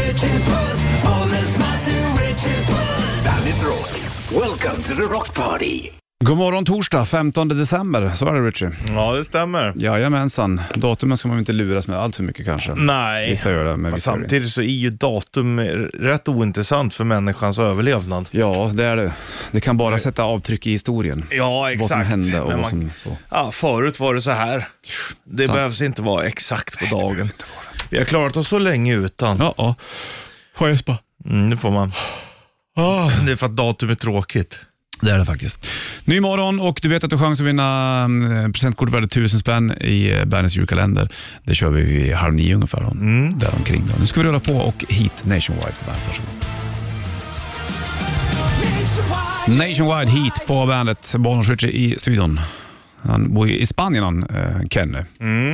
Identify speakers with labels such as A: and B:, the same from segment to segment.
A: Richie Puss. Alles Martin, Richie Puss.
B: Bandit Rock. Welcome to the Rock Party.
C: God morgon torsdag 15 december, så är det Richie.
D: Ja, det stämmer.
C: Jajamensan, datumen ska man inte luras med allt för mycket kanske.
D: Nej,
C: Vissa gör det, men
D: Fast
C: vissa gör det.
D: samtidigt så är ju datum rätt ointressant för människans överlevnad.
C: Ja, det är det. Det kan bara sätta avtryck i historien.
D: Ja,
C: Vad
D: exakt.
C: som hände och
D: Men
C: vad som...
D: man-
C: Så.
D: ja, förut var det så här. Det
C: Sant.
D: behövs inte vara exakt på dagen. Vi har klarat oss så länge utan.
C: Ja, ja. Får jag gäspa?
D: Mm, det får man. Ah, Det är för att datum är tråkigt.
C: Det är det faktiskt. Ny morgon och du vet att du har chans att vinna mm, presentkort värde 1000 spänn i eh, Bandits julkalender. Det kör vi vid halv nio ungefär, mm. där omkring då. Nu ska vi rulla på och hit Nationwide på bandet. Varsågod. Nationwide Heat på bandet. Bonus i studion. Han bor ju i Spanien han, eh, Kenny,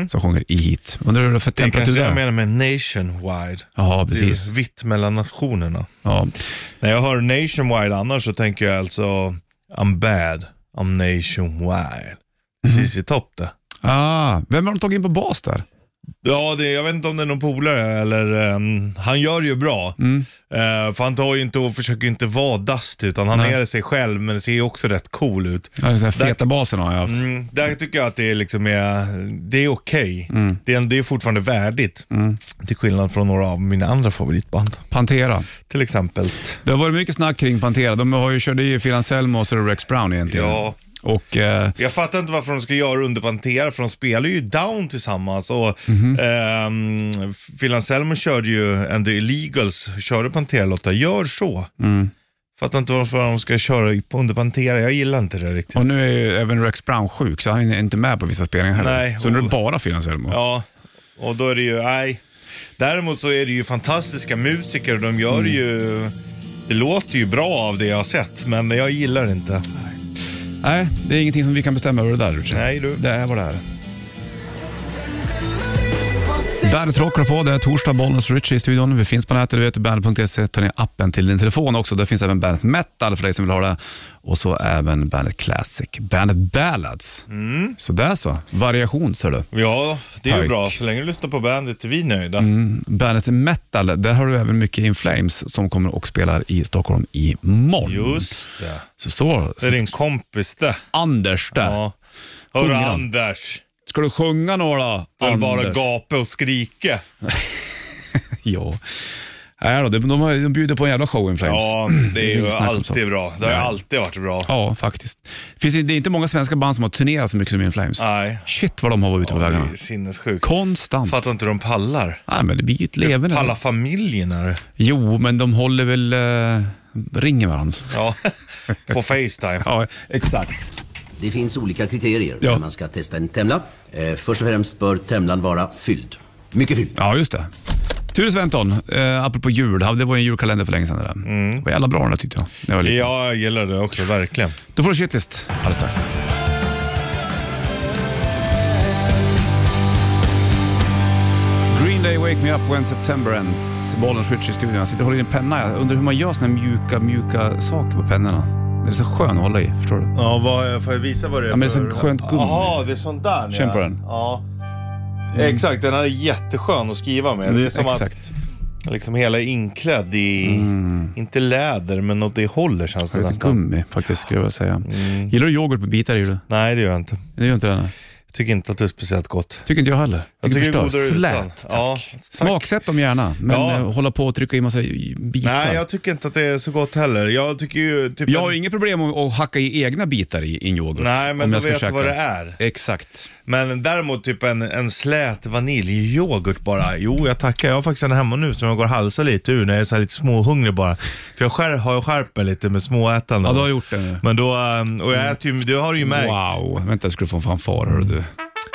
C: som sjunger i Heat. Undrar hur det är för
D: Mm. Det är kanske
C: temperatur
D: det jag
C: där?
D: menar med nationwide.
C: Ja,
D: Det är ju
C: precis.
D: vitt mellan nationerna.
C: Ja.
D: När jag hör nationwide annars så tänker jag alltså I'm bad, I'm nationwide. ZZ Top det.
C: Ah, vem har de tagit in på bas där?
D: Ja, det, jag vet inte om det är någon polare eller ehm, han gör det ju bra. Eh, för han tar ju inte och försöker inte vara dust utan han
C: Nej.
D: är sig själv men det ser ju också rätt cool ut.
C: Ja, den här feta basen har jag haft.
D: Mm, där tycker jag att det är liksom är, det är okej. Det, är, det är fortfarande värdigt. Till skillnad från några av mina andra favoritband.
C: Pantera.
D: Till exempel.
C: Det har varit mycket snack kring Pantera. De har ju kört i Phil Anselmo och så är det Rex Brown egentligen.
D: Ja.
C: Och eh,
D: Jag fattar inte varför de ska göra under Pantera för de spelar ju Down tillsammans och ehm, Phil Anselmo körde ju And the Illegals, körde Pantera-låtar, gör så. Fattar inte varför de ska köra i- under Pantera, jag gillar inte det riktigt.
C: och nu är ju även Rex Brown sjuk, så han är inte med på vissa spelningar heller.
D: Nej, oh.
C: så nu är det
D: och-
C: bara Phil Anselmo.
D: Ja, och då är det ju, nej. Däremot så är det ju fantastiska musiker och de gör ju, det låter ju bra av det jag har sett, men jag gillar det inte.
C: Nej, det är ingenting som vi kan bestämma över det där. Richard.
D: Nej, du.
C: Det är vad det är. Bandet Rock har på. Det är torsdag, Bollnäs Richie i studion. Vi finns på nätet, du vet, bandet.se. Ta ner appen till din telefon också. Där finns även bandet Metal för dig som vill ha det. Och så även bandet Classic, bandet Ballads.
D: Mm.
C: Så där så. Variation, ser du.
D: Ja, det är ju
C: Pike.
D: bra. Så länge du lyssnar på bandet är vi nöjda.
C: Bandet Metal, där har du även mycket In Flames som kommer och spelar i Stockholm imorgon.
D: Just det.
C: Så så.
D: Det är din kompis det.
C: Anders där.
D: Ja. Hörru
C: Sjunger han?
D: Anders,
C: Ska du sjunga några?
D: du vill bara
C: Anders?
D: gapa och skrika.
C: Ja. Nej då, de, de, har- de bjuder på en jävla show in Flames.
D: Ja, det är ju
C: inget snack om
D: alltid
C: saken.
D: bra. Det har ju
C: Nej.
D: alltid varit bra.
C: Ja, faktiskt. Finns det, det är inte många svenska band som har turnerat så mycket som In Flames.
D: Nej,
C: Shit vad de har varit ute på
D: det
C: vägarna.
D: är sinnessjukt.
C: Konstant.
D: Fattar inte hur de pallar.
C: Nej, men det blir ju ett leverne.
D: Pallar familjen är det.
C: Jo, men de håller väl... Eh, ringer varandra.
D: Ja, på Facetime.
C: Ja, exakt.
E: Det finns olika kriterier
C: Ja.
E: när man ska testa en Temla. Eh, först och främst bör Temlan vara fylld. Mycket fylld.
C: Ja, just det. Ture Sventon, eh, apropå jul. Det var ju en julkalender för länge sedan. Det där. Det var jävla bra den där tyckte jag. När jag var liten.
D: Ja, jag gillar Mm. det också, verkligen.
C: Då får du shitlist alldeles strax. Green Day Wake Me Up When September Ends. Bollen switch i studion. Jag sitter och håller i en penna. Jag undrar hur man gör såna här mjuka, mjuka saker på pennorna. Den är så skön att hålla i. Förstår du?
D: Ja, vad, får jag visa vad det är
C: Ja, men det är
D: för-
C: så skönt gummi.
D: Jaha, det är sånt där.
C: Känn
D: ja.
C: på den. Mm.
D: Ja. Exakt, den här är jätteskön att skriva med. Det är som
C: Exakt. Mm.
D: att liksom hela är inklädd i, inte läder, men åt det håller känns det
C: Lite
D: nästan.
C: gummi faktiskt skulle jag vilja säga.
D: Mm.
C: Gillar du yoghurt med bitar i? Du?
D: Nej, det gör jag inte.
C: Det gör inte det? nej.
D: Jag tycker inte att det är speciellt gott.
C: Tycker inte jag heller.
D: Jag
C: Tycker,
D: tycker det är
C: jag
D: godare
C: förstör.
D: utan.
C: Slät, tack.
D: Ja, tack.
C: Smaksätt dem gärna, men
D: Ja.
C: eh, hålla på och trycka i massa bitar.
D: Nej, jag tycker inte att det är så gott heller. Jag tycker ju... Typ
C: Jag har
D: en...
C: inget problem med att hacka i egna bitar i i en yoghurt.
D: Nej, men
C: om
D: då
C: jag ska
D: vet du
C: käka.
D: vad det är.
C: Exakt.
D: Men däremot typ en, en slät vaniljyoghurt bara. Jo, jag tackar. Jag har faktiskt en hemma nu som jag går och halsar lite ur när jag är så här lite småhungrig bara. För jag skär, har ju skärpt mig lite med småätande.
C: Ja, du har gjort det nu.
D: Men då, ehm, och jag äter ju, det har du ju märkt.
C: Wow, vänta jag skulle få en fanfar hörru du.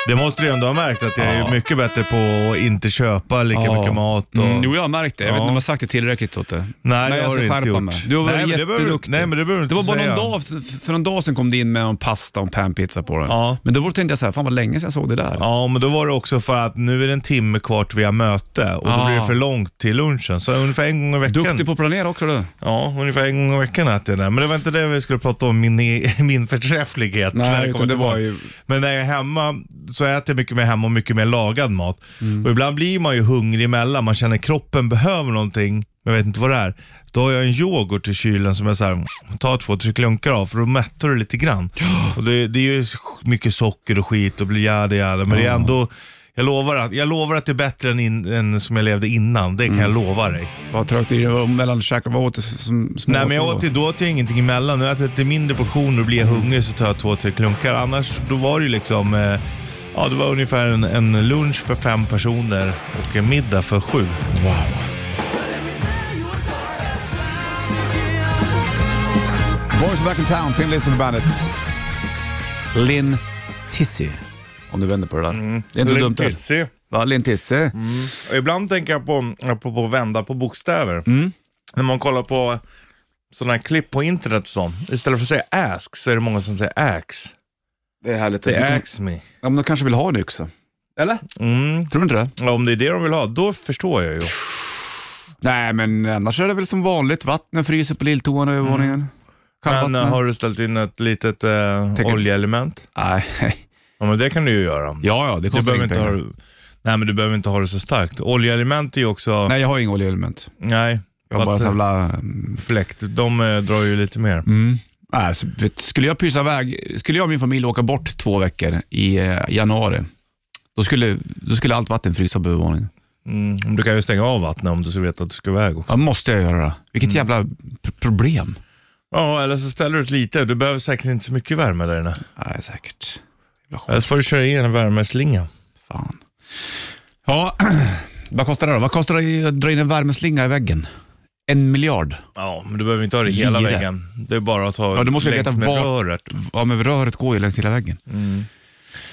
D: Det måste du ju ändå ha märkt att jag är
C: Ja.
D: ju mycket bättre på att inte köpa lika
C: Ja.
D: mycket mat. Och...
C: Mm, jo, jag har märkt det. Jag vet inte om
D: Ja.
C: jag har sagt det tillräckligt åt dig.
D: Nej, det
C: jag
D: har
C: ska
D: du inte
C: skärpa
D: gjort.
C: mig. Du har
D: Nej,
C: varit
D: men det behöver du-
C: jätteduktig.
D: nej, men det behöver
C: Det
D: du inte
C: var bara
D: säga.
C: någon dag, för någon dag sedan kom det in med en pasta och en panpizza på den.
D: Ja.
C: Men då tänkte jag så här, fan vad länge sedan jag såg det där.
D: Ja, men då var det också för att nu är det en timme kvar till vi har möte och då
C: Ah.
D: blir det för långt till lunchen. Så ungefär en gång i veckan.
C: Duktig på att planera också du.
D: Ja, ungefär en gång i veckan äter jag det. Men det var inte det vi skulle prata om, min, e- min förträfflighet.
C: Nej,
D: när det
C: utan
D: kommer
C: det
D: till
C: var
D: mat.
C: ju-
D: Men när jag är hemma så äter jag mycket mer hemma och mycket mer lagad mat.
C: Mm.
D: Och ibland blir man ju hungrig emellan, man känner kroppen behöver någonting, men jag vet inte vad det är. Då har jag en yoghurt i kylen som jag så här, tar två, tre klunkar av, för då mättar du lite grann. Och det, det är ju mycket socker och skit och blir jäda jäda, men det är ändå, jag lovar, att, jag lovar att det är bättre än, in, än som jag levde innan, det kan
C: Mm.
D: jag lova dig.
C: Vad trögt det var mellan käkarna. Vad åt du som små
D: Nej men jag åt, det- då åt jag ingenting emellan. Nu äter jag lite mindre portioner och blir jag hungrig så tar jag två, tre klunkar. Annars då var det ju liksom, eh, ja det var ungefär en, en lunch för fem personer och en middag för sju.
C: Wow. Boys are back in town, Finn Lizzy på bandet. Linn Tissy, om du vänder på det där.
D: Mm.
C: Det är inte så dumt. det.
D: Pissig.
C: Va, Linn Tissy?
D: Mm. Och Ibland tänker jag på, apropå vända på bokstäver.
C: Mm.
D: När man kollar på sådana här klipp på internet och så. Istället för att säga ask så är det många som säger ax.
C: Det är härligt.
D: Det
C: Du kan-
D: är ax me.
C: Ja, men de kanske vill ha en yxa. Eller?
D: Mm.
C: Tror du inte det?
D: Ja, Om det är det de vill ha, då förstår jag ju.
C: Nej, men annars är det väl som vanligt. Vattnet fryser på lilltoan och övervåningen.
D: Mm. Men eh,
C: Kallvattnet.
D: har du ställt in ett litet eh,
C: Tänker-
D: oljeelement?
C: Nej,
D: Ja, men det kan du ju göra.
C: ja, ja, det
D: du
C: kostar
D: behöver
C: inga
D: inte ha,
C: pengar.
D: nej, men du behöver inte ha det så starkt. Oljeelement är ju också... Nej.
C: Nej, jag har inga oljeelement. Jag har bara sån jävla... mm,
D: vattenfläkt. De eh, drar ju lite mer.
C: Nej, så vet- skulle jag pysa iväg, skulle jag och min familj åka bort två veckor i eh, januari, då skulle, då skulle allt vatten frysa på övervåningen.
D: Mm. men Du kan ju stänga av vattnet om du så vet att du ska iväg också.
C: Ja, måste jag göra det. Vilket
D: Mm.
C: jävla pr- problem.
D: Ja, eller så ställer du ett lite. Du behöver säkert inte så mycket värme där inne.
C: Nej, säkert. Jävla skit.
D: Eller så får du köra i en värmeslinga.
C: Fan. Ja, vad kostar det då? Vad kostar det att dra in en värmeslinga i väggen? En miljard.
D: Ja, men du behöver inte ha det hela
C: Lira.
D: väggen. Det är bara att ta
C: Ja, du måste ju
D: längs
C: veta
D: med
C: var-
D: röret.
C: Ja, men röret går ju längs hela väggen.
D: Mm.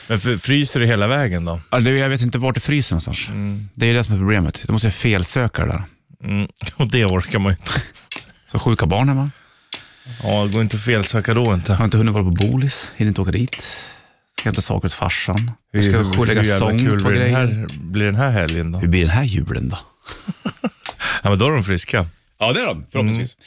D: Men för, fryser det hela vägen då?
C: Ja, det- Jag vet inte vart det fryser någonstans. Det är det som är problemet. Då måste jag felsöka det där.
D: Mm. Och det orkar man ju inte.
C: Så sjuka barn hemma.
D: Ja, det går inte att felsöka då inte.
C: Har inte hunnit vara på bolis, hinner inte åka dit. Ska hämta saker åt farsan. Jag ska
D: Hur- hur
C: lägga
D: jävla
C: sång
D: kul
C: på
D: blir den,
C: grejer.
D: här, blir den här helgen då?
C: Hur blir den här julen då?
D: Ja, men då är de friska.
C: Ja, det är de förhoppningsvis. Mm.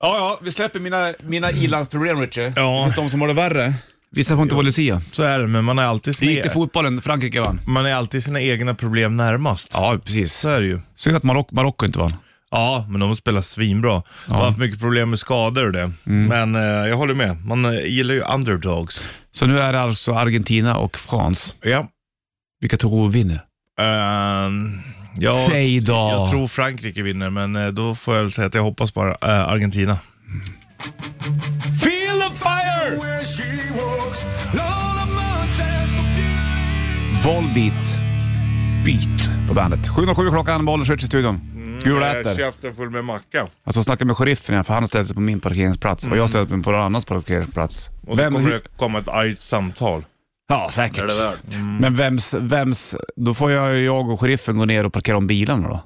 C: Ja, ja, vi släpper mina, mina ilandsproblem, Richie.
D: Ja.
C: de som har det värre. Vissa får inte vara Lucia.
D: Så är det, men man är alltid
C: Det
D: sina, e-
C: gick till fotbollen, Frankrike vann.
D: man är alltid sina egna problem närmast.
C: Ja, precis.
D: Så är det ju.
C: Synd att Marocko Marocko inte vann.
D: Ja, men de spelar svinbra. De har haft mycket problem med skador och det. Men eh, jag håller med, man eh, gillar ju underdogs.
C: Så nu är det alltså Argentina och France.
D: Ja.
C: Vilka tror du vinner?
D: Ehm, jag,
C: Säg då.
D: jag tror Frankrike vinner, men eh, då får jag väl säga att jag hoppas bara eh, Argentina.
C: Feel the fire!
A: Where she walks, Lola Montez, so
C: Volbeat. Beat på bandet. 7.07 klockan, bollen skjuts i studion. Gula äter.
D: Eh, käften full med macka.
C: Alltså jag snackade med sheriffen igen, för han ställde sig på min parkeringsplats och
F: Mm.
C: jag ställde mig på någon annans parkeringsplats.
D: komma ett argt samtal.
C: Ja, säkert. Mm. Men vems, vems... Då får jag, jag och sheriffen gå ner och parkera om bilarna då.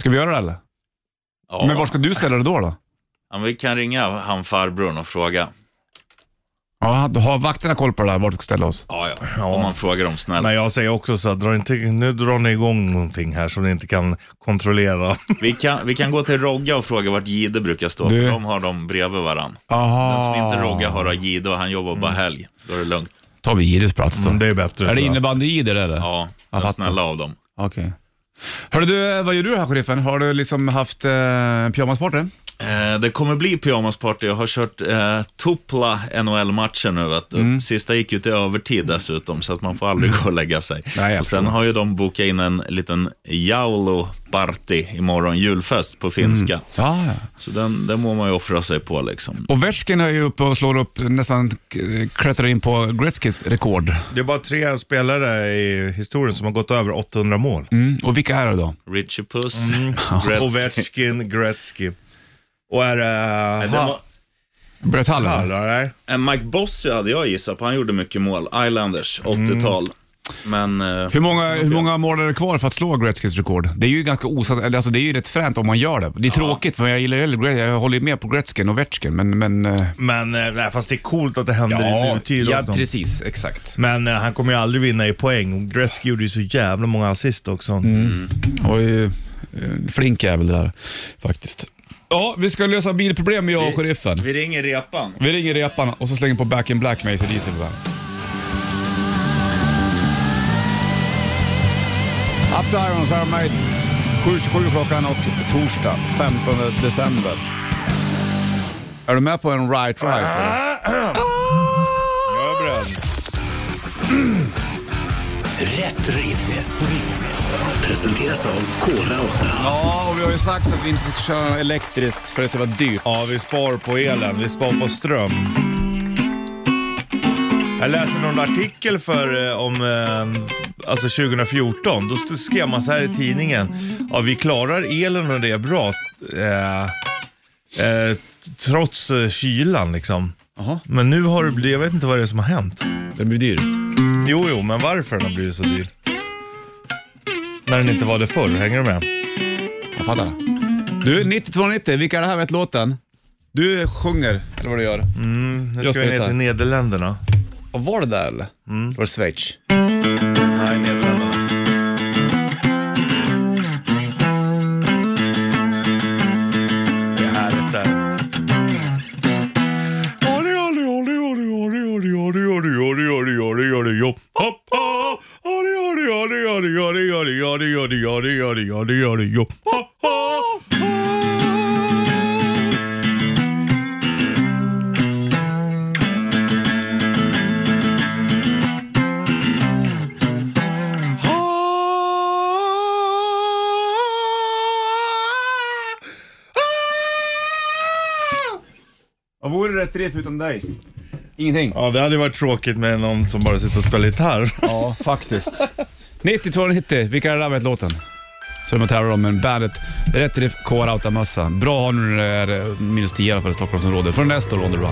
C: Ska vi göra det eller?
F: Mm. Ja.
C: Men var ska du ställa dig då? då?
F: ja, men vi kan ringa han farbrorn och fråga.
C: Ja, då har vakterna koll på det där, vart vi ska ställa oss?
F: Ja, ja. Om man frågar dem snällt.
D: Men jag säger också så här, dra inte, nu drar ni igång någonting här som ni inte kan kontrollera.
F: Vi, kan, vi kan gå till Rogga och fråga vart Gide brukar stå,
C: Du- Ah.
F: för de har dem bredvid varann.
C: Aha.
F: Den som inte Rogga har har Gide och han jobbar bara
C: Mm.
F: helg. Då är det lugnt.
C: tar vi Jiris plats då.
D: Mm, det är bättre.
C: Är det
D: tror jag.
C: innebandy i det eller?
F: Ja,
C: Jag
F: den
C: fattar.
F: snälla av dem.
C: Okej. Hörru du, vad gör du här sheriffen? Har du liksom haft eh, pyjamasparty?
F: Eh, det kommer bli pyjamasparty. Jag har kört eh, Tupla NHL-matcher nu. Vet du.
C: Mm.
F: Sista gick ju till övertid dessutom, så att man får aldrig gå och lägga sig.
C: Nej, jag
F: och sen
C: förstår.
F: har ju de bokat in en liten Jaulu-party imorgon, julfest på finska.
C: Ja, ja.
F: Så den, den må man ju offra sig på liksom.
C: Och Versken är ju uppe och slår upp, nästan k- klättrar in på Gretzkys rekord.
D: Det är bara tre spelare i historien som har gått över 800 mål.
C: Mm. Och vilka är det då?
F: Richie Puss, Gretzky.
D: Ovechkin, Gretzky. Och är
F: Nej,
D: det... eh,
F: det var-
D: Ha-
C: Brett Hall? va?
D: Hallar, nej.
F: Eh, Mike Bossy hade jag gissat på. Han gjorde mycket mål. Islanders, 80-tal. Men... eh,
C: Hur många, hur många mål är det kvar för att slå Gretzkys rekord? Det är ju ganska osant, eller alltså det är ju rätt fränt om man gör det. Det är tråkigt för jag gillar ju hellre Gretzky, jag håller ju med på Gretzken och Vetchkin men... men eh,
D: Men eh, nej, fast det är coolt att det händer i nutid
C: ja
D: också.
C: precis, exakt.
D: Men eh, han kommer ju aldrig vinna i poäng. Och Gretzky gjorde ju så jävla många assist också.
C: Och eh, flink jävel det där faktiskt. Ja, vi ska lösa bilproblem jag och sheriffen.
F: Vi ringer repan.
C: Vi ringer repan och så slänger på Back in Black med ACDC på bandet. Up to Irons, Iron Maiden. 7.27 klockan och torsdag 15 december. Är du med på en right ride?
D: Jag är beredd.
B: Rätt riff. Presenteras av Kora 8.
C: Ja, och vi har ju sagt att vi inte ska köra elektriskt för det ska vara dyrt.
D: Ja, vi spar på elen. Vi spar på ström. Jag läste någon artikel för, eh, om eh, alltså 2014. Då st- skrev man så här i tidningen. Ja, vi klarar elen och det är bra. Eh, eh, t- trots eh, kylan liksom.
C: Jaha.
D: Men nu har det blivit, jag vet inte vad det är som har hänt.
C: Det blir dyrt.
D: Jo, jo, men varför den har blivit så dyr? När den inte var det förr, hänger du med?
C: Jag fattar. Du, 9290, vilka är det här? Vet låten? Du sjunger, eller vad du gör.
D: Mm, Nu
C: Jag
D: ska vi ner
C: vet det.
D: till Mm. Nederländerna.
C: Och var det där eller? Det var Schweiz.
D: Nej, Nederländerna. Det är härligt där. Ori, ori, ori, ori, ori, ori, ori, ori, ori, ori, ori, ori, jo. Hopp, hopp. Ori, ori, ori, ori, ori, ori, ori, ori, ori, ori, ori, ori, jo. Hopp, hopp.
C: Vad vore rätt riff utan dig? Ingenting.
D: Ja, det hade ju varit tråkigt med någon som bara sitter och spelar gitarr.
C: Ja, faktiskt. 9290, vilka är det där? Vet låten? Så de tävlar om, men bandet Rätt Riff K-Rauta-mössa. Bra att ha nu när det är eh, minus 10 i alla fall i Stockholmsområdet. Från nästa år, on the run.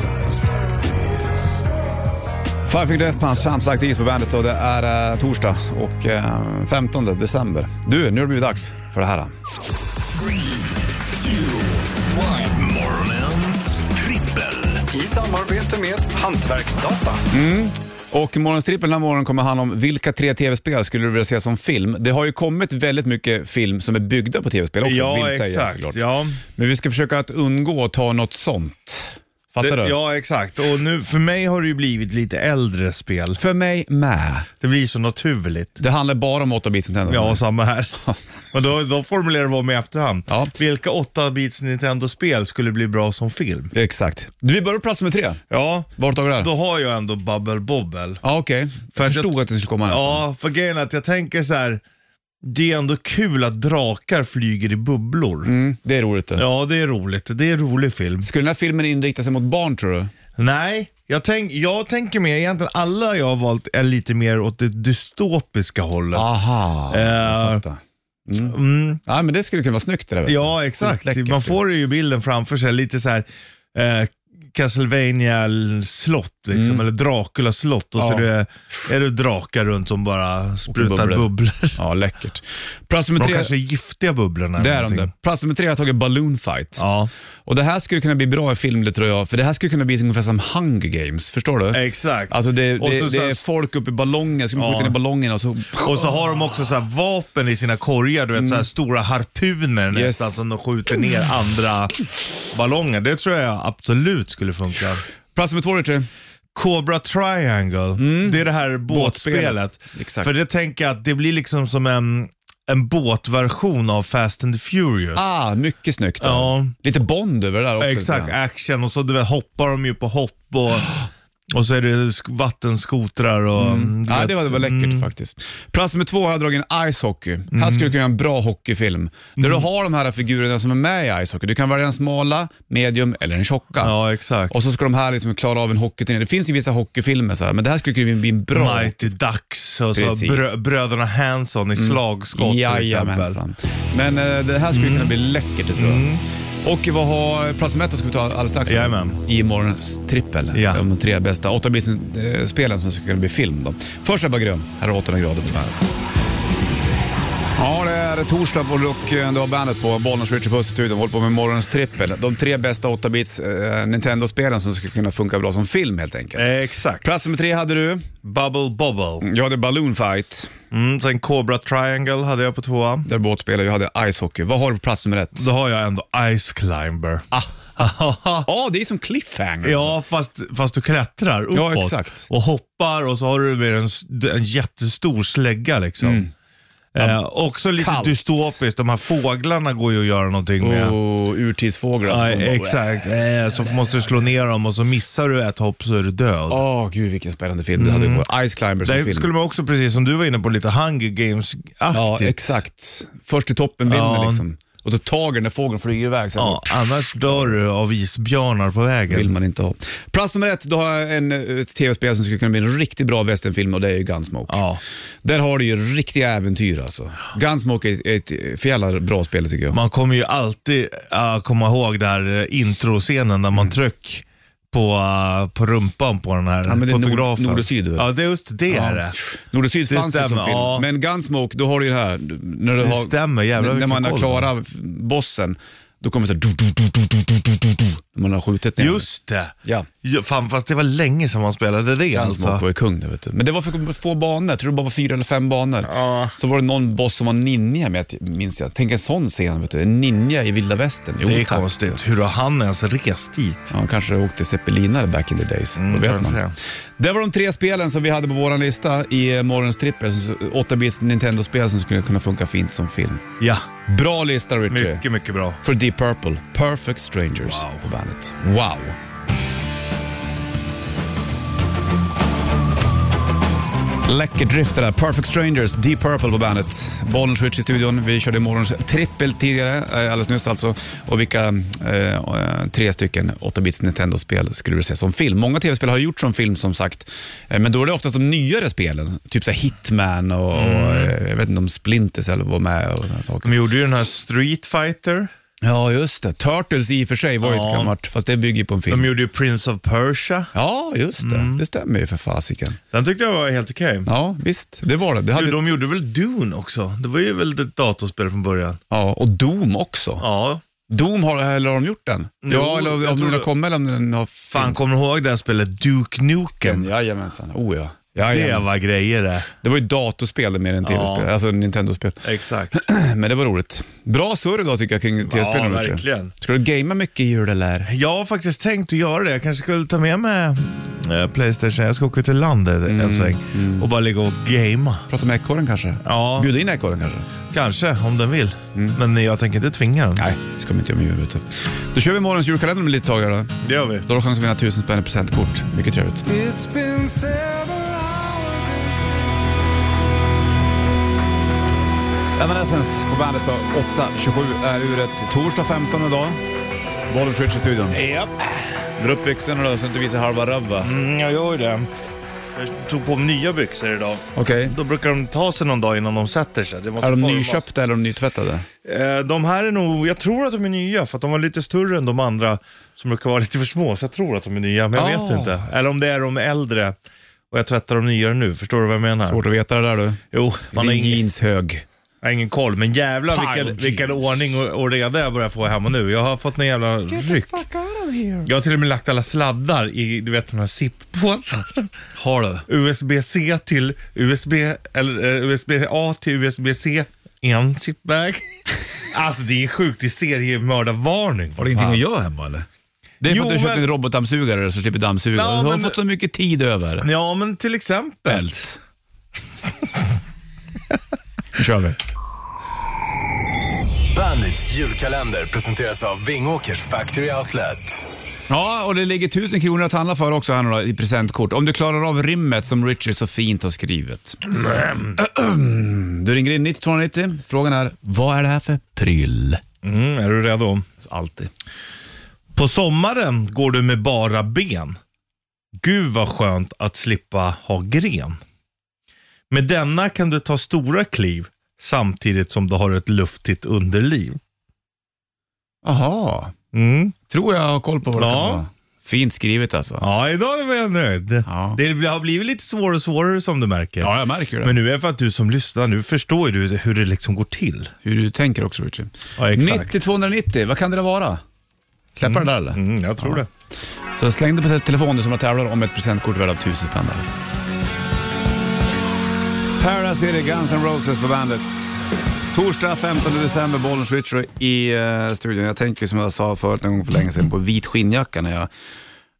C: Five Finger Death Punch, Champs Like These på bandet och det är eh, torsdag och eh, 15 december. Du, nu har det blivit dags för det här. eh.
B: Morgonens trippel.
G: I samarbete med Hantverksdata.
C: Och morgonens trippel den här morgonen kommer handla om vilka tre tv-spel skulle du vilja se som film? Det har ju kommit väldigt mycket film som är byggda på tv-spel också,
D: Ja,
C: vill säga
D: exakt.
C: såklart.
D: Ja.
C: Men vi ska försöka att undgå att ta något sånt. Fattar
D: Det,
C: du?
D: ja, exakt. Och nu, för mig har det ju blivit lite äldre spel.
C: För mig med.
D: Det blir så naturligt.
C: Det handlar bara om 8-bits Nintendo.
D: Ja, samma här. Men då, då formulerar vi om i efterhand.
C: Ja.
D: Vilka 8-bits Nintendo-spel skulle bli bra som film?
C: Exakt. Du, vi börjar på plats nummer tre.
D: Ja,
C: Vart tar vi det här?
D: då har jag ändå Bubble Bobble.
C: Ja, okej.
D: För
C: Jag
D: att
C: förstod
D: jag-
C: att det skulle komma här.
D: Ja, för grejen är att jag tänker så här. Det är ändå kul att drakar flyger i bubblor.
C: Mm, det är roligt det.
D: Ja, det är roligt. Det är en rolig film.
C: Skulle den här filmen inrikta sig mot barn tror du?
D: Nej, jag, tänk, jag tänker mer, egentligen alla jag har valt är lite mer åt det dystopiska hållet.
C: Aha, jag
D: Eh,
C: fattar. Mm. Ja, men det skulle kunna vara snyggt det där. vet du.
D: Ja, exakt.
C: Läckert. liksom.
D: Man får ju bilden framför sig, lite så här eh, Castlevania slott, liksom, eller Dracula slott och så
C: Mm. Ja.
D: är det, är det drakar runt som bara sprutar
C: bubblor.
D: bubblor.
C: Ja, läckert. Plats nummer
D: De
C: tre.
D: kanske är giftiga bubblorna.
C: Det
D: eller
C: är de
D: någonting.
C: där. Plats nummer tre har jag tagit Balloon Fight.
D: Ja,
C: Och det här skulle kunna bli bra i film, det tror jag. För det här skulle kunna bli ungefär som Hunger Games, förstår du?
D: exakt.
C: Alltså det,
D: och,
C: det,
D: så,
C: det är
D: så,
C: folk uppe i ballongen, ska man skjuta
D: Ja.
C: ner ballongen och så...
D: och så har de också så här vapen i sina korgar, du vet,
C: Mm.
D: så här stora harpuner nästan som de skjuter ner andra ballonger. Det tror jag absolut skulle funka.
C: Plats nummer två, Richard.
D: Cobra Triangle, det är det här båtspelet.
C: Mm. Exakt.
D: För det tänker jag att det blir liksom som en, en båtversion av Fast and the Furious.
C: Ah, mycket snyggt. där.
D: Ja.
C: Lite Bond över det där också.
D: Exakt,
C: lite grann.
D: action och så du vet, hoppar de ju på hopp och, och så är det sk- vattenskotrar och... mm, du
C: Mm. Ja,
D: vet.
C: det var, det var läckert faktiskt. Plats nummer två har jag dragit en Ice Hockey.
D: Mm.
C: Här skulle du kunna göra en bra hockeyfilm. Där du har de här figurerna som är med i Ice Hockey. Du kan välja den smala, medium eller den tjocka.
D: Ja, exakt.
C: Och så ska de här liksom klara av en hockeyturnering. Det finns ju vissa hockeyfilmer, så här, men det här skulle kunna bli en bra
D: Mighty Ducks och så
C: Precis. Mm.
D: brö- bröderna Hanson i slagskott till exempel.
C: Jajamensan. Men eh, det här skulle
D: Mm.
C: kunna bli läckert, det tror jag. Och vad har plats nummer ett då ska vi ta alldeles strax.
D: Jajamän.
C: I morgons trippel.
D: Ja.
C: De tre bästa 8 eh, spelen som skulle kunna bli film. Då. Först Ebba Grön. Här har 800 grader på bandet. Ja, det är torsdag på Look eh, du har bandet på Bollnäs Richard Puss i studion. Håller på med morgons trippel. De tre bästa 8-bits eh, Nintendo-spelen som skulle kunna funka bra som film helt enkelt.
D: Eh. Exakt.
C: Plats nummer tre hade du.
D: Bubble Bobble.
C: Jag hade Balloon Fight.
D: Mm, sen Cobra Triangle hade jag på tvåan.
C: Där båtspelare. Jag hade Ice Hockey. Vad har du på plats nummer ett?
D: Då har jag ändå Ice Climber.
C: Ja, det är som cliffhanger.
D: Ja, fast, fast du klättrar uppåt
C: Ja, exakt.
D: och hoppar och så har du med en, s- en jättestor slägga liksom. Eh, också lite
C: Mm. kallt. Oh.
D: dystopiskt. De här fåglarna går ju att göra någonting med.
C: Och urtidsfåglar.
D: Ja,
C: som-
D: exakt. Eh, så måste du slå ner dem och så missar du ett hopp så är du död.
C: Åh gud vilken spännande film du hade på Ice Climbers som film.
D: Där Mm. skulle man också, precis som du var inne på, lite Hunger Games-aktigt.
C: Ja, exakt. Först i toppen vinner
D: Ja.
C: liksom. Och då tager den när fågeln flyger iväg. Sen
D: Ja, annars dör du av isbjörnar på
C: vill
D: vägen.
C: man inte ha. Plats nummer ett, då har jag en eh, tv-spel som skulle kunna bli en riktigt bra westernfilm och det är ju Gunsmoke.
D: Ja.
C: Där har du ju riktiga äventyr alltså. Gunsmoke är ett- ett för jävla bra spel tycker jag.
D: Man kommer ju alltid äh, komma ihåg där eh, introscenen när
C: Mm.
D: man tryck på, eh, på rumpan på den här
C: men det är nord-
D: fotografen.
C: nord och syd, väl?
D: Ja, det är just det är det.
C: Nord och Syd
D: Det
C: fanns ju som
D: stämmer,
C: film,
D: ja.
C: men Gunsmoke, då har du ju det här. När du
D: Det
C: har,
D: stämmer, jävlar
C: När
D: vilken
C: man har
D: koll.
C: klarat f- bossen, då kommer det så här, du, du, du, du, du, du, du, du, du, när man har skjutit ner
D: Just det.
C: Ja.
D: Fan, fast det var länge sedan man spelade det
C: Gunsmoke
D: alltså.
C: var ju kung det vet du. Men det var för få banor, jag tror det bara var fyra eller fem banor. Så var det någon boss som var ninja med, minns jag. Tänk en sån scen, vet du. en ninja i vilda västern. Jo,
D: Det är
C: tack.
D: konstigt. Hur har han ens rest dit?
C: Ja, han kanske åkte zeppelinare back in the days. Vad vet man.
D: Mm, kanske.
C: Det var de tre spelen som vi hade på vår lista i eh, morgons trippel. 8-bits Nintendo-spel som skulle kunna funka fint som film.
D: Ja,
C: Bra lista Richie.
D: mycket, mycket bra.
C: För Deep Purple, Perfect Strangers på bandet. Wow! Läcker drift det där. Perfect Strangers, Deep Purple på bandet. Bollen switch i studion. Vi körde morgons trippel tidigare, eh, alldeles nyss alltså. Och vilka eh, eh, tre stycken 8-bits Nintendo-spel skulle du se som film? Många tv-spel har gjorts som film som sagt, eh, men då är det oftast de nyare spelen. Typ så här Hitman och, och eh, jag vet inte om Splinters eller var med och sådana saker.
D: De gjorde ju den här Street Fighter.
C: Ja, just det. Turtles i och för sig var ju
D: Ja.
C: ett gammalt, fast det bygger ju på en film.
D: De Mm. gjorde ju Prince of Persia.
C: Ja, just det. Det stämmer ju för fasiken.
D: Den tyckte jag var helt okej.
C: Ja, visst. Det var det. det hade...
D: Jo, De gjorde väl Dune också? Det var ju väl ett datorspel från början?
C: ja, och Doom också.
D: Ja.
C: Doom, har, eller har de gjort den? ja, eller
D: jag
C: om
D: tror
C: den har
D: det.
C: kommit eller om den har
D: Fan,
C: finns.
D: kommer du ihåg det här spelet Duke Nukem?
C: Jajamensan. Oh ja.
D: Det
C: Jajamän.
D: var grejer det.
C: Det var ju datorspel mer än tv-spel, alltså Nintendo-spel.
D: Exakt.
C: Men det var roligt. Bra surr idag tycker jag kring tv-spel.
D: Ja,
C: Richard.
D: verkligen.
C: Ska du gamea mycket i jul eller?
D: Jag har faktiskt tänkt att göra det. Jag kanske skulle ta med mig eh, Playstation. Jag ska åka till landet
C: Mm,
D: en sväng och bara ligga och gamea.
C: Prata med ekorren kanske?
D: Ja.
C: Bjuda in ekorren kanske?
D: Kanske, om den vill. Men jag tänker inte tvinga den.
C: Mm. Nej, det ska man inte göra med djur. vet du. Då kör vi morgons julkalender med lite tag här då.
D: Det gör vi.
C: Då har du chans att vinna 1000 spänn i presentkort. Mycket trevligt.
A: It's been several hours
C: Evanescence på bandet då. 8.27 är uret. Torsdag 15 idag. Bollen switch i studion.
D: Japp.
C: Dra upp byxorna då så att du visar halva röva.
D: Mm, jag gör ju det. Jag tog på mig nya byxor idag.
C: Okej.
D: Då brukar de ta sig någon dag innan de sätter sig. Det måste
C: Är de
D: formas.
C: nyköpta eller är de nytvättade?
D: Eh, De här är nog, jag tror att de är nya för att de var lite större än de andra som brukar vara lite för små. Så jag tror att de är nya, men jag
C: Ah.
D: vet inte. Eller om det är de äldre och jag tvättar de nyare nu. Förstår du vad jag menar?
C: Svårt att veta det där du.
D: Jo, man har
C: Din
D: ingen,
C: jeans hög.
D: jag har ingen koll. Men
C: Pile
D: jävlar
C: of
D: vilken,
C: jeans.
D: vilken ordning och, och reda jag börjar få hemma nu. Jag har fått en jävla ryck. Jag har till och med lagt alla sladdar i, du vet, de här zippåsar.
C: Har du?
D: USB-C till USB, eller eh, USB-A till USB-C i en zipbag. Alltså det är sjukt, det är seriemördarvarning.
C: Har du ingenting att göra hemma eller? Det är för
D: Jo,
C: att du köpt
D: men-
C: en robotdammsugare så du slipper dammsuga.
D: Ja,
C: du har
D: men-
C: fått så mycket tid över.
D: Ja, men till exempel.
C: Nu kör vi.
G: Bandits julkalender presenteras av Vingåkers Factory Outlet.
C: Ja, och det ligger tusen kronor att handla för också här nu då, i presentkort. Om du klarar av rimmet som Richard så fint har skrivit. Du ringer in 9290. Frågan är, vad är det här för pryll?
D: Mm, är du redo?
C: Alltså, Alltid.
D: På sommaren går du med bara ben. Gud vad skönt att slippa ha gren. Med denna kan du ta stora kliv samtidigt som du har ett luftigt underliv.
C: Jaha,
D: Mm.
C: tror jag har koll på vad det
D: Ja.
C: kan vara. Fint skrivet alltså. Ja,
D: Ja, idag var jag nöjd.
C: Ja.
D: Det har blivit lite svårare och svårare som du märker.
C: jag märker det.
D: Men nu är det för att du som lyssnar, nu förstår ju du hur det liksom går till.
C: Hur du tänker också Richard.
D: Ja, exakt.
C: 90-290, vad kan det där vara? Släpper det där eller?
D: Mm, jag tror det.
C: Så släng dig på telefonen som jag tävlar om ett presentkort värd av 1000 spänn där. Parasite, Guns N' Roses på bandet. Torsdag 15 december, Bollnäs Richard i eh, studion. Jag tänker som jag sa förut en gång för länge sedan på vit skinnjacka när jag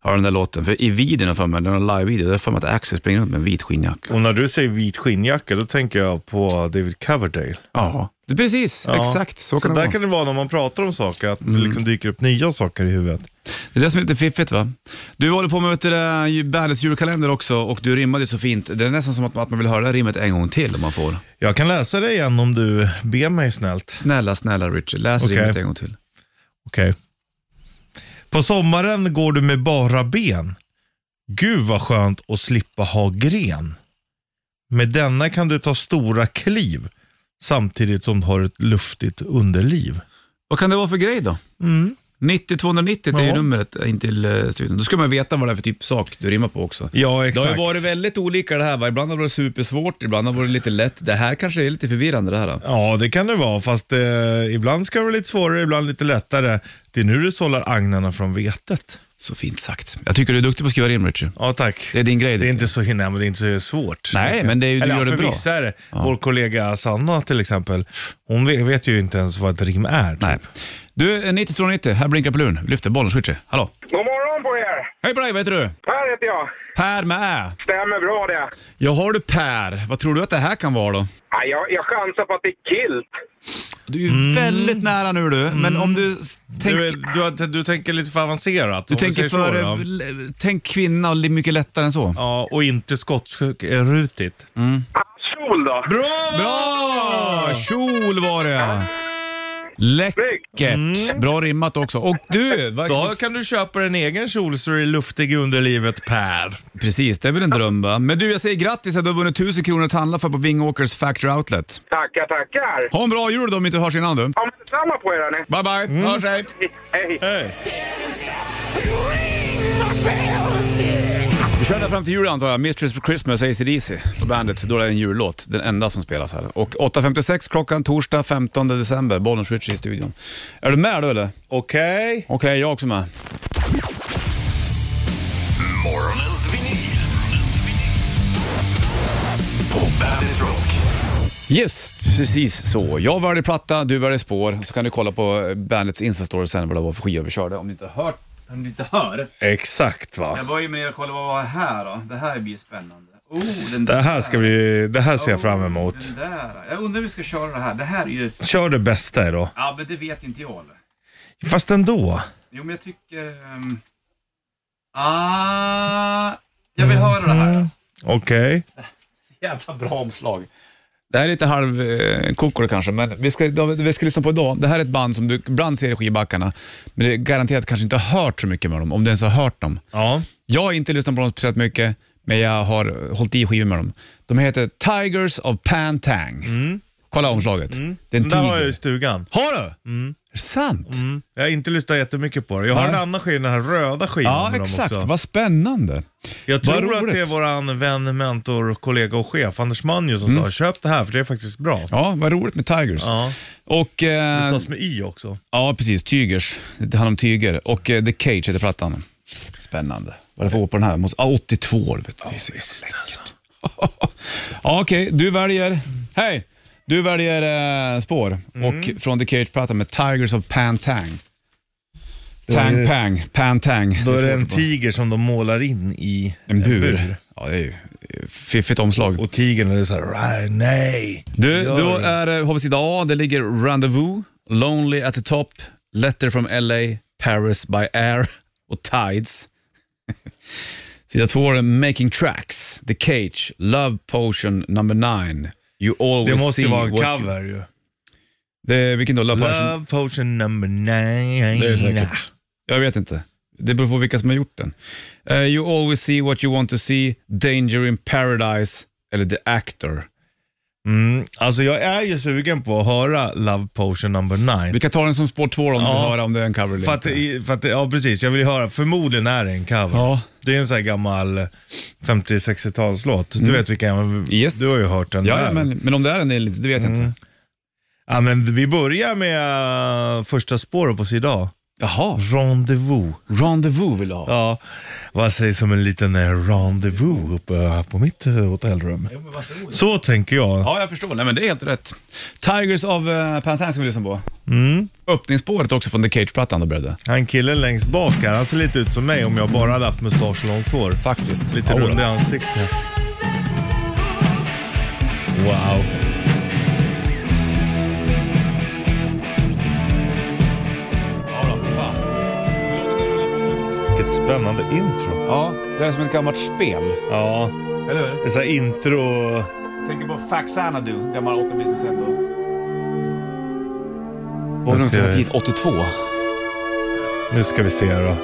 C: har den där låten. För i videon, har jag för mig, den har live-video, där får man att Axel springer runt med en vit skinnjacka.
D: Och när du säger vit skinnjacka, då tänker jag på David Coverdale.
C: Ja, det- precis.
D: Ja.
C: Exakt, så
D: Så
C: kan det
D: där
C: vara. Mm.
D: kan det vara när man pratar om saker, att det liksom dyker upp nya saker i huvudet.
C: Det är det som är lite fiffigt va? Du håller på med vet du, det där ju- bandets julkalender också och du rimmade så fint. Det är nästan som att att man vill höra det här rimmet en gång till om man får.
D: Jag kan läsa det igen om du ber mig snällt.
C: Snälla, snälla Richard, läs
D: Okej.
C: rimmet en gång till.
D: Okej. På sommaren går du med bara ben. Gud vad skönt att slippa ha gren. Med denna kan du ta stora kliv samtidigt som du har ett luftigt underliv.
C: Vad kan det vara för grej då? 90 290 det är ju
D: Mm. Ja.
C: numret in till eh, studion. Då ska man veta vad det är för typ sak du rimmar på också.
D: Ja,
C: Det har ju varit väldigt olika det här va? Ibland har det varit supersvårt, ibland har det varit lite lätt. Det här kanske är lite förvirrande det här. Då.
D: Ja, det kan det vara. Fast eh, ibland ska det vara lite svårare, ibland lite lättare. Det är nu du sållar agnarna från vetet.
C: Så fint sagt. Jag tycker du är duktig på att skriva rim Richard.
D: Ja, tack.
C: Det är din grej.
D: Det är
C: Richie.
D: inte så, nej, men det är inte så svårt.
C: Nej,
D: tänker jag.
C: men det är ju- du
D: Eller,
C: gör
D: ja,
C: det
D: för
C: bra.
D: vissa är det. Vår kollega Sanna till exempel, hon vet, vet ju inte ens vad ett rim är.
C: Nej. Du, eh, 90 290, här blinkar på luren. Vi lyfter bollen, Richie. Hallå.
H: God morgon på er!
C: Hej på dig, vad heter du?
H: Per heter jag.
C: Per med Ä.
H: Stämmer bra det.
C: Ja, har du Per. Vad tror du att det här kan vara då?
H: Ja, jag, jag chansar på att det är kilt.
C: Du är ju väldigt nära nu du, men om du s- tänk,
D: Mm. Du,
C: du,
D: är- du, har- du tänker lite för avancerat. om vi
C: tänker
D: säger så,
C: för,
D: då.
C: eh, tänk kvinna och det är mycket lättare än så.
D: Ja, och inte skottrutigt.
H: Sol då?
D: Bra!
C: Mm. Bra! Kjol var det Läckert.
D: Mm.
C: Bra rimmat också. Och du, vad-
D: Då kan du köpa en egen kjol så du är luftig i underlivet, Per.
C: precis det är väl en dröm va? Men du, jag säger grattis att du har vunnit 1000 kronor att handla för på Vingåkers Factory Outlet.
H: Tackar, tackar.
C: Ha en bra jul då om vi inte hörs innan du.
H: Ja, men detsamma på er hörni.
C: Bye bye,
D: Mm.
C: hörs hej.
H: Hej.
C: Vi kör där fram till jul antar jag. Mistress for Christmas, AC/DC på bandet. Då är det en jullåt, den enda som spelas här. Och 8.56 klockan torsdag 15 december, Bollnäs Richie i studion. Är du med då eller? Okej,
D: Okej.
C: jag också med.
B: Morgonens vinyl. På Bandit Rock.
C: Yes, precis så. Jag väljer platta, du väljer spår. Så kan du kolla på eh, bandets Insta-story sen vad det var för skivor vi körde. Om du inte hört, om du inte hör.
D: Exakt va.
C: var ju med er och kollade vad var här då. Det här blir spännande. Oh, den
D: Det här, ska bli, det här ser jag fram emot.
C: där. Jag undrar hur vi ska köra det här. Det här är ju...
D: Kör det bästa idag.
C: Ja, men det vet inte jag.
D: Fast ändå.
C: Jo, men jag tycker... ehm, ah, jag vill höra det här.
D: Okej.
C: Jävla bra omslag. Det här är lite halv eh, koko kanske, men vi ska, de- vi ska lyssna på idag. Det här är ett band som du ibland ser i skivbackarna, men det är garanterat kanske inte har hört så mycket med dem, om du ens har hört dem.
D: Ja.
C: Jag har inte lyssnat på dem speciellt mycket, men jag har eh, hållit i skivor med dem. De heter Tigers of Pantang. Kolla omslaget. Det är en
D: Mm. Den där har jag Mm.
C: tiger.
D: i stugan.
C: Har du? Är det sant?
D: Jag har inte lyssnat jättemycket på det. Jag har
C: Mm. Nej.
D: en annan skiva, den här röda skivan
C: Ja,
D: med dem
C: exakt.
D: också.
C: Vad spännande.
D: Jag
C: vad
D: tror att
C: roligt.
D: det är våran vän, mentor, kollega och chef Anders Manjo som
C: Mm.
D: sa köp det här för det är faktiskt bra.
C: Ja, vad roligt med Tigers.
D: Ja.
C: Och,
D: Det
C: eh,
D: sades med y också.
C: ja, precis. Tigers. Det handlar om tyger. Och eh, The Cage heter plattan. Spännande. Vad är det för år på den här? Måste, ah, 82. Vet du. Det är så läckert. ja, Okej, du väljer... Hej! Du väljer eh, spår
D: Mm.
C: och från The Cage-plattan med Tigers of Pantang. Tang Pang, Pantang.
D: Då är det
C: svårt
D: en
C: att-
D: tiger som de målar in i
C: en bur. Ja, det är ju eh, fiffigt omslag.
D: Och tigern är så här, "Right, nej.
C: Du,
D: Gör
C: då
D: det.
C: är det sida A. Det ligger Rendezvous, Lonely at the top, Letter from LA, Paris by air och Tides. sida två är det Making tracks, The Cage, Love Potion number 9. You always
D: Det måste
C: see
D: ju vara en
C: what You...
D: cover ju.
C: Det, vilken då? Love, Potion?
D: Love potion number nine.
C: Det är det säkert. Jag vet inte. Det beror på vilka som har gjort den. Eh, you always see what you want to see, Danger in paradise eller The Actor.
D: Mm, alltså jag är ju sugen på att höra Love potion number nine.
C: Vi kan ta den som spår två då, om du
D: Ja.
C: vill höra om det är en cover eller
D: För att,
C: inte.
D: i- för att, ja precis, jag vill ju höra. Förmodligen är det en cover.
C: Ja.
D: Det är en sån här gammal 50-60-talslåt. Du vet vilka jag
C: Mm. Yes.
D: Du har ju hört den
C: Ja,
D: där.
C: men, men om det är en del,
D: Mm.
C: det vet jag inte.
D: Ja, men vi börjar med eh, första spåret på sida A.
C: Jaha,
D: Rendezvous.
C: rendezvous vill du ha.
D: Ja, vad sägs om en liten eh, rendezvous uppe här på mitt eh, hotellrum? Så tänker jag.
C: Ja, jag förstår. Nej, men det är helt rätt. Tigers av uh, Pantang ska vi lyssna på.
D: Mm.
C: Öppningsspåret också från The Cage-plattan då blev det.
D: Han killen längst bak här, han ser lite ut som mig om jag bara hade haft mustasch och långt hår.
C: Faktiskt.
D: Lite
C: Ja,
D: rund i ansiktet. Wow. Vilket spännande intro.
C: Ja, det är som ett gammalt spel.
D: Ja,
C: Eller hur?
D: det är så här intro...
C: Tänker på Faxanadu, gammal 8-bits Nintendo. Och
D: Jag
C: de
D: ser
C: fick
D: det.
C: hit 82.
D: Nu ska vi se här då.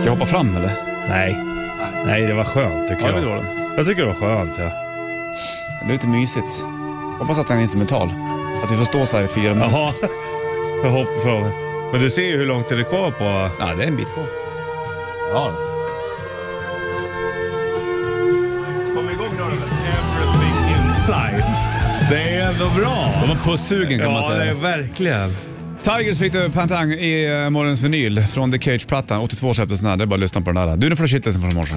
C: Ska jag hoppa fram eller?
D: Nej. Nej, det var skönt tycker
C: Ja, det
D: jag.
C: var det.
D: Jag tycker det var skönt ja.
C: Det är lite mysigt. Hoppas att den är instrumental. Att vi får stå så här i fyra minuter.
D: Jaha. Jag hoppar från. Men du ser ju hur långt är det kvar på...
C: Ja, det är en bit kvar. Ja.
D: Kom igång nu Everything inside. Det är ändå bra.
C: De var pussugen kan man
D: Ja,
C: säga.
D: det är verkligen.
C: Tigers fick du Pantang i eh, morgonens vinyl från The Cage-plattan. 82 släpptes den här. Det är bara att lyssna på den där. Du, nu får du shitlisten från morse.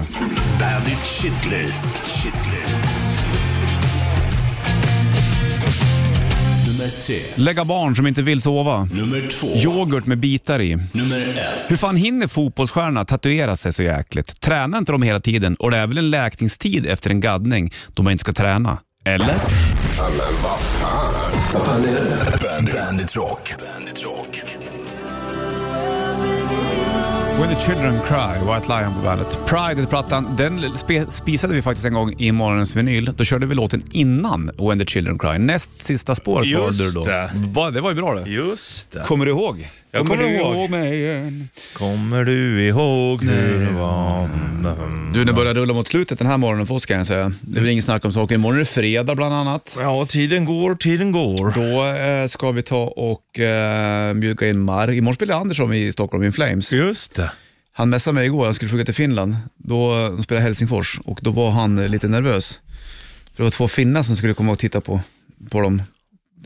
B: Bandit Shitlist. Shitlist.
E: Nummer tre.
C: Lägga barn som inte vill sova.
E: Nummer två.
C: Yoghurt med bitar i.
E: Nummer ett.
C: Hur fan hinner fotbollsstjärnorna tatuera sig så jäkligt? Tränar inte de hela tiden? Och det är väl en läkningstid efter en gaddning då man inte ska träna? Eller?
G: Bandit, Bandit Rock. Bandit Rock.
C: When the children cry, White Lion på bandet. Pride heter plattan. Den spe- spisade vi faktiskt en gång i morgonens vinyl. Då körde vi låten innan When the children cry. Näst sista spåret var
D: Just
C: det då.
D: det.
C: Va, det var ju bra det.
D: Just det.
C: Kommer du ihåg?
D: Jag kommer
C: du
D: ihåg.
C: mig än?
D: Kommer du ihåg hur det var? Mm.
C: Du, det börjar rulla mot slutet den här morgonen för oss kan jag säga. Det blir inget snack om saker. Imorgon är det fredag bland annat.
D: Ja, tiden går, tiden går.
C: Då eh, ska vi ta och eh, bjuda in Marr. Imorgon spelar Andersson i Stockholm in Flames.
D: Just det.
C: Han messade mig igår, jag skulle flyga till Finland. Då eh, de spelade Helsingfors och då var han eh, lite nervös. För det var två finnar som skulle komma och titta på, på dem.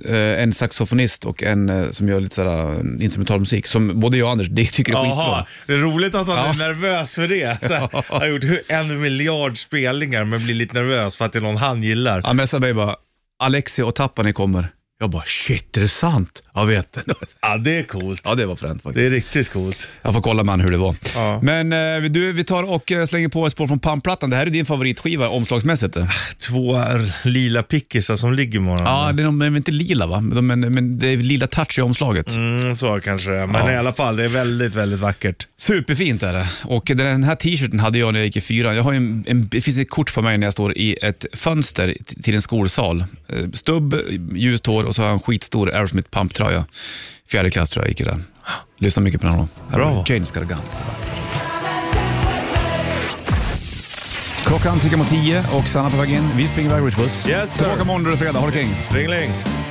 C: Eh, en saxofonist och en eh, som gör lite sådär, eh, instrumental musik som både jag och Anders det tycker är skitbra.
D: Jaha, det är roligt att han
C: Ja.
D: är nervös för det. Så här,
C: Ja.
D: Han har gjort en miljard spelningar men blir lite nervös för att det är någon han gillar.
C: Han messade mig bara, Alexi och Tappani kommer. Jag bara, shit är det sant? Jag vet det.
D: Ja, det är coolt.
C: Ja det var fränt faktiskt.
D: Det är riktigt coolt.
C: Jag får kolla med han hur det var.
D: Ja.
C: Men eh, du, vi tar och eh, slänger på ett spår från Pamplattan. Det här är din favoritskiva omslagsmässigt. eh.
D: Två lila pickisar som ligger imorgon.
C: Ja, det är, de är inte lila va? Men, men, men det är lila touch i omslaget.
D: Mm, så kanske det är. Men
C: Ja.
D: i alla fall, det är väldigt, väldigt vackert.
C: Superfint är det. Och den här t-shirten hade jag när jag gick i fyran. Jag har ju en, en, det finns ett kort på mig när jag står i ett fönster t- till en skolsal. Eh, Stubb, ljust hår och så har jag en skitstor Aerosmith Pump-tröja. Fjärde klass tror jag gick i den. Lyssna mycket på den här då. Här har
D: Bra.
C: vi James Gargan. Klockan tickar mot tio och Sanna på väg in. Vi springer iväg Rich Buss.
D: Yes, sir.
C: Tillbaka imorgon då är det fredag. Ha det kring.
D: Stringling!